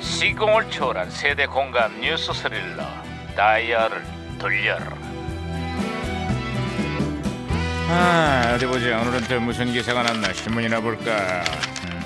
시공을 초월한 세대 공감 뉴스 스릴러 다이얼을 돌려라 아 어디 보자 오늘은 또 무슨 기사가 났나 신문이나 볼까 음.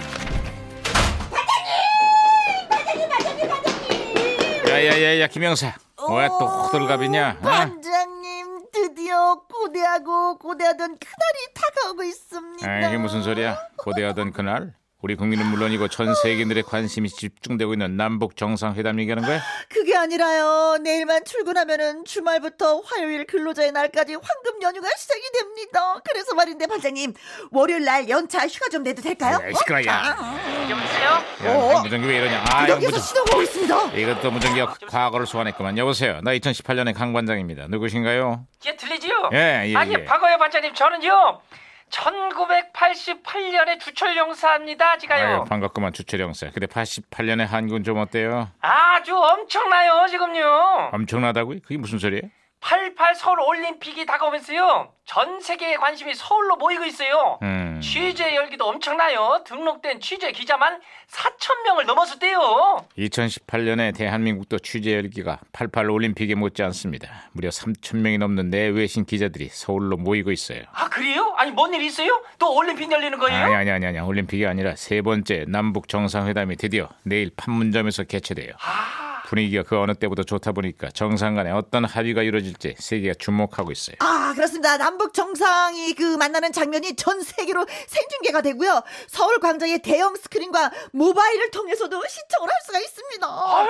야야야야 김영사 왜 또 호들갑이냐 어? 반장님 드디어 고대하고 고대하던 그날이 다가오고 있습니다. 아, 이게 무슨 소리야 고대하던 그날 우리 국민은 물론이고 전 세계인들의 관심이 집중되고 있는 남북 정상회담 얘기하는 거야? 그게 아니라요. 내일만 출근하면은 주말부터 화요일 근로자의 날까지 황금 연휴가 시작이 됩니다. 그래서 말인데 반장님 월요일 날 연차 휴가 좀 내도 될까요? 어? 야, 시끄러워, 야. 여보세요. 야, 무전기 왜 이러냐? 아, 이거 여기서 무전, 신호가 오고 있습니다. 이것도 아, 무전기가 과거를 소환했구만. 여보세요. 나 2018년의 강관장입니다. 누구신가요? 예, 들리지요? 예, 예, 아니, 예. 박어요 반장님, 저는요. 1988년에 주철 용사입니다, 아유, 제가요. 반갑구만 주철 형사. 근데 88년의 한국은 좀 어때요? 아주 엄청나요, 지금요. 엄청나다고요? 그게 무슨 소리예요? 88 서울 올림픽이 다가오면서요. 전 세계의 관심이 서울로 모이고 있어요. 음. 취재 열기도 엄청나요. 등록된 취재 기자만 4천 명을 넘어섰대요. 2018년에 대한민국도 취재 열기가 88 올림픽에 못지 않습니다. 무려 3천 명이 넘는 내외신 기자들이 서울로 모이고 있어요. 아, 그래요? 아니, 뭔 일 있어요? 또 올림픽 열리는 거예요? 아니 아니 아니 아니 올림픽이 아니라 세 번째 남북 정상회담이 드디어 내일 판문점에서 개최돼요. 아. 분위기가 그 어느 때보다 좋다 보니까 정상 간에 어떤 합의가 이루어질지 세계가 주목하고 있어요. 아 그렇습니다. 남북 정상이 그 만나는 장면이 전 세계로 생중계가 되고요. 서울 광장의 대형 스크린과 모바일을 통해서도 시청을 할 수가 있습니다. 어, 아유,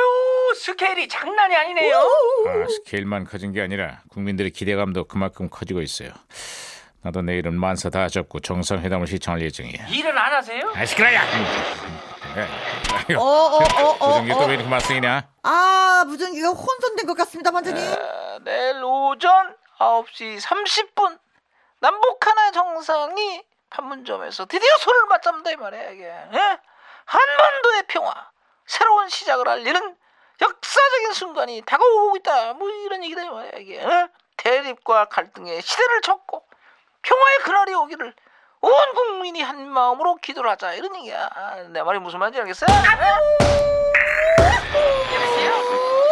스케일이 장난이 아니네요. 아, 스케일만 커진 게 아니라 국민들의 기대감도 그만큼 커지고 있어요. 나도 내일은 만사 다 접고 정상회담을 시청할 예정이야. 일은 안 하세요? 아 시끄러야. 음. 어, 어, 어, 어, 조정기 어. 또왜 이렇게 말썽이냐? 아, 무전기가 혼선된 것 같습니다, 네, 반장님. 아, 내일 오전 9시 30분 남북 하나 정상이 판문점에서 드디어 손을 맞잡는다 이 말이야 이게 예? 한반도의 평화 새로운 시작을 알리는 역사적인 순간이 다가오고 있다 뭐 이런 얘기다 이 말이야 이게 예? 대립과 갈등의 시대를 접고 평화의 그날이 오기를 온 국민이 한 마음으로 기도를 하자 이런 얘기야 아, 내 말이 무슨 말인지 알겠어? 여보세요?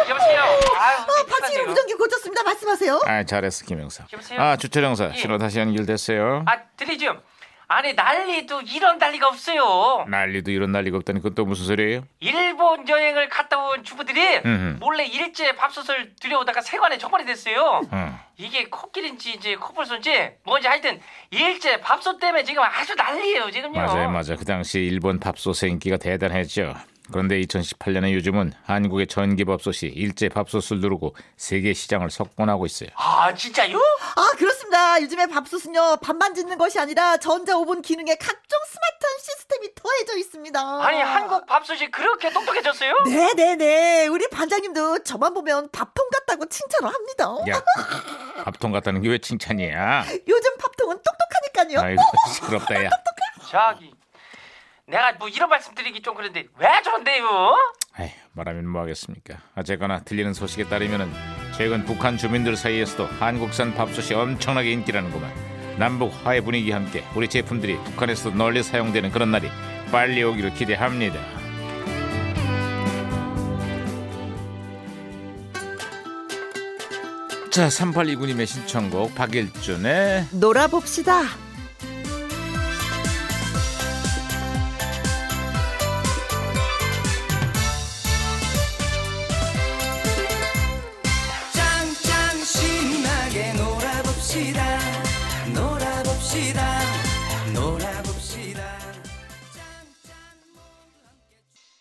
여보세요? 아유, 아, 박지로 깜짝이야. 무전기 고쳤습니다. 말씀하세요. 아 잘했어 김영사. 여보세요? 아 주철 형사 예. 신호 다시 연결됐어요. 아 들리죠? 아니 난리도 이런 난리가 없어요. 난리도 이런 난리가 없다니 그건 또 무슨 소리예요? 일본 여행을 갔다 온 주부들이 음흠. 몰래 일제 밥솥을 들여오다가 세관에 적발이 됐어요. 응. 이게 코끼리인지 이제 코뿔소인지 뭔지 하여튼 일제 밥솥 때문에 지금 아주 난리예요 지금요. 맞아요, 맞아요. 그 당시 일본 밥솥의 인기가 대단했죠. 그런데 2018년에 요즘은 한국의 전기 밥솥이 일제 밥솥을 누르고 세계 시장을 석권하고 있어요. 아 진짜요? 아, 그렇습니다. 요즘에 밥솥은요, 밥만 짓는 것이 아니라 전자오븐 기능에 각종 스마트한 시스템이 더해져 있습니다. 아니 한국 밥솥이 그렇게 똑똑해졌어요? 네네네. 우리 반장님도 저만 보면 밥통 같다고 칭찬을 합니다. 야, 밥통 같다는 게 왜 칭찬이야? 요즘 밥통은 똑똑하니까요. 아이고 시끄럽다 야. 저기 내가 뭐 이런 말씀드리기 좀 그런데 왜 저런데요? 에휴, 말하면 뭐하겠습니까? 어쨌거나 들리는 소식에 따르면은 최근 북한 주민들 사이에서도 한국산 밥솥이 엄청나게 인기라는구만. 남북 화해 분위기와 함께 우리 제품들이 북한에서도 널리 사용되는 그런 날이 빨리 오기를 기대합니다. 자, 3829님의 신청곡 박일준의 놀아봅시다. 짱짱 신나게 놀아봅시다 놀아봅시다 놀아봅시다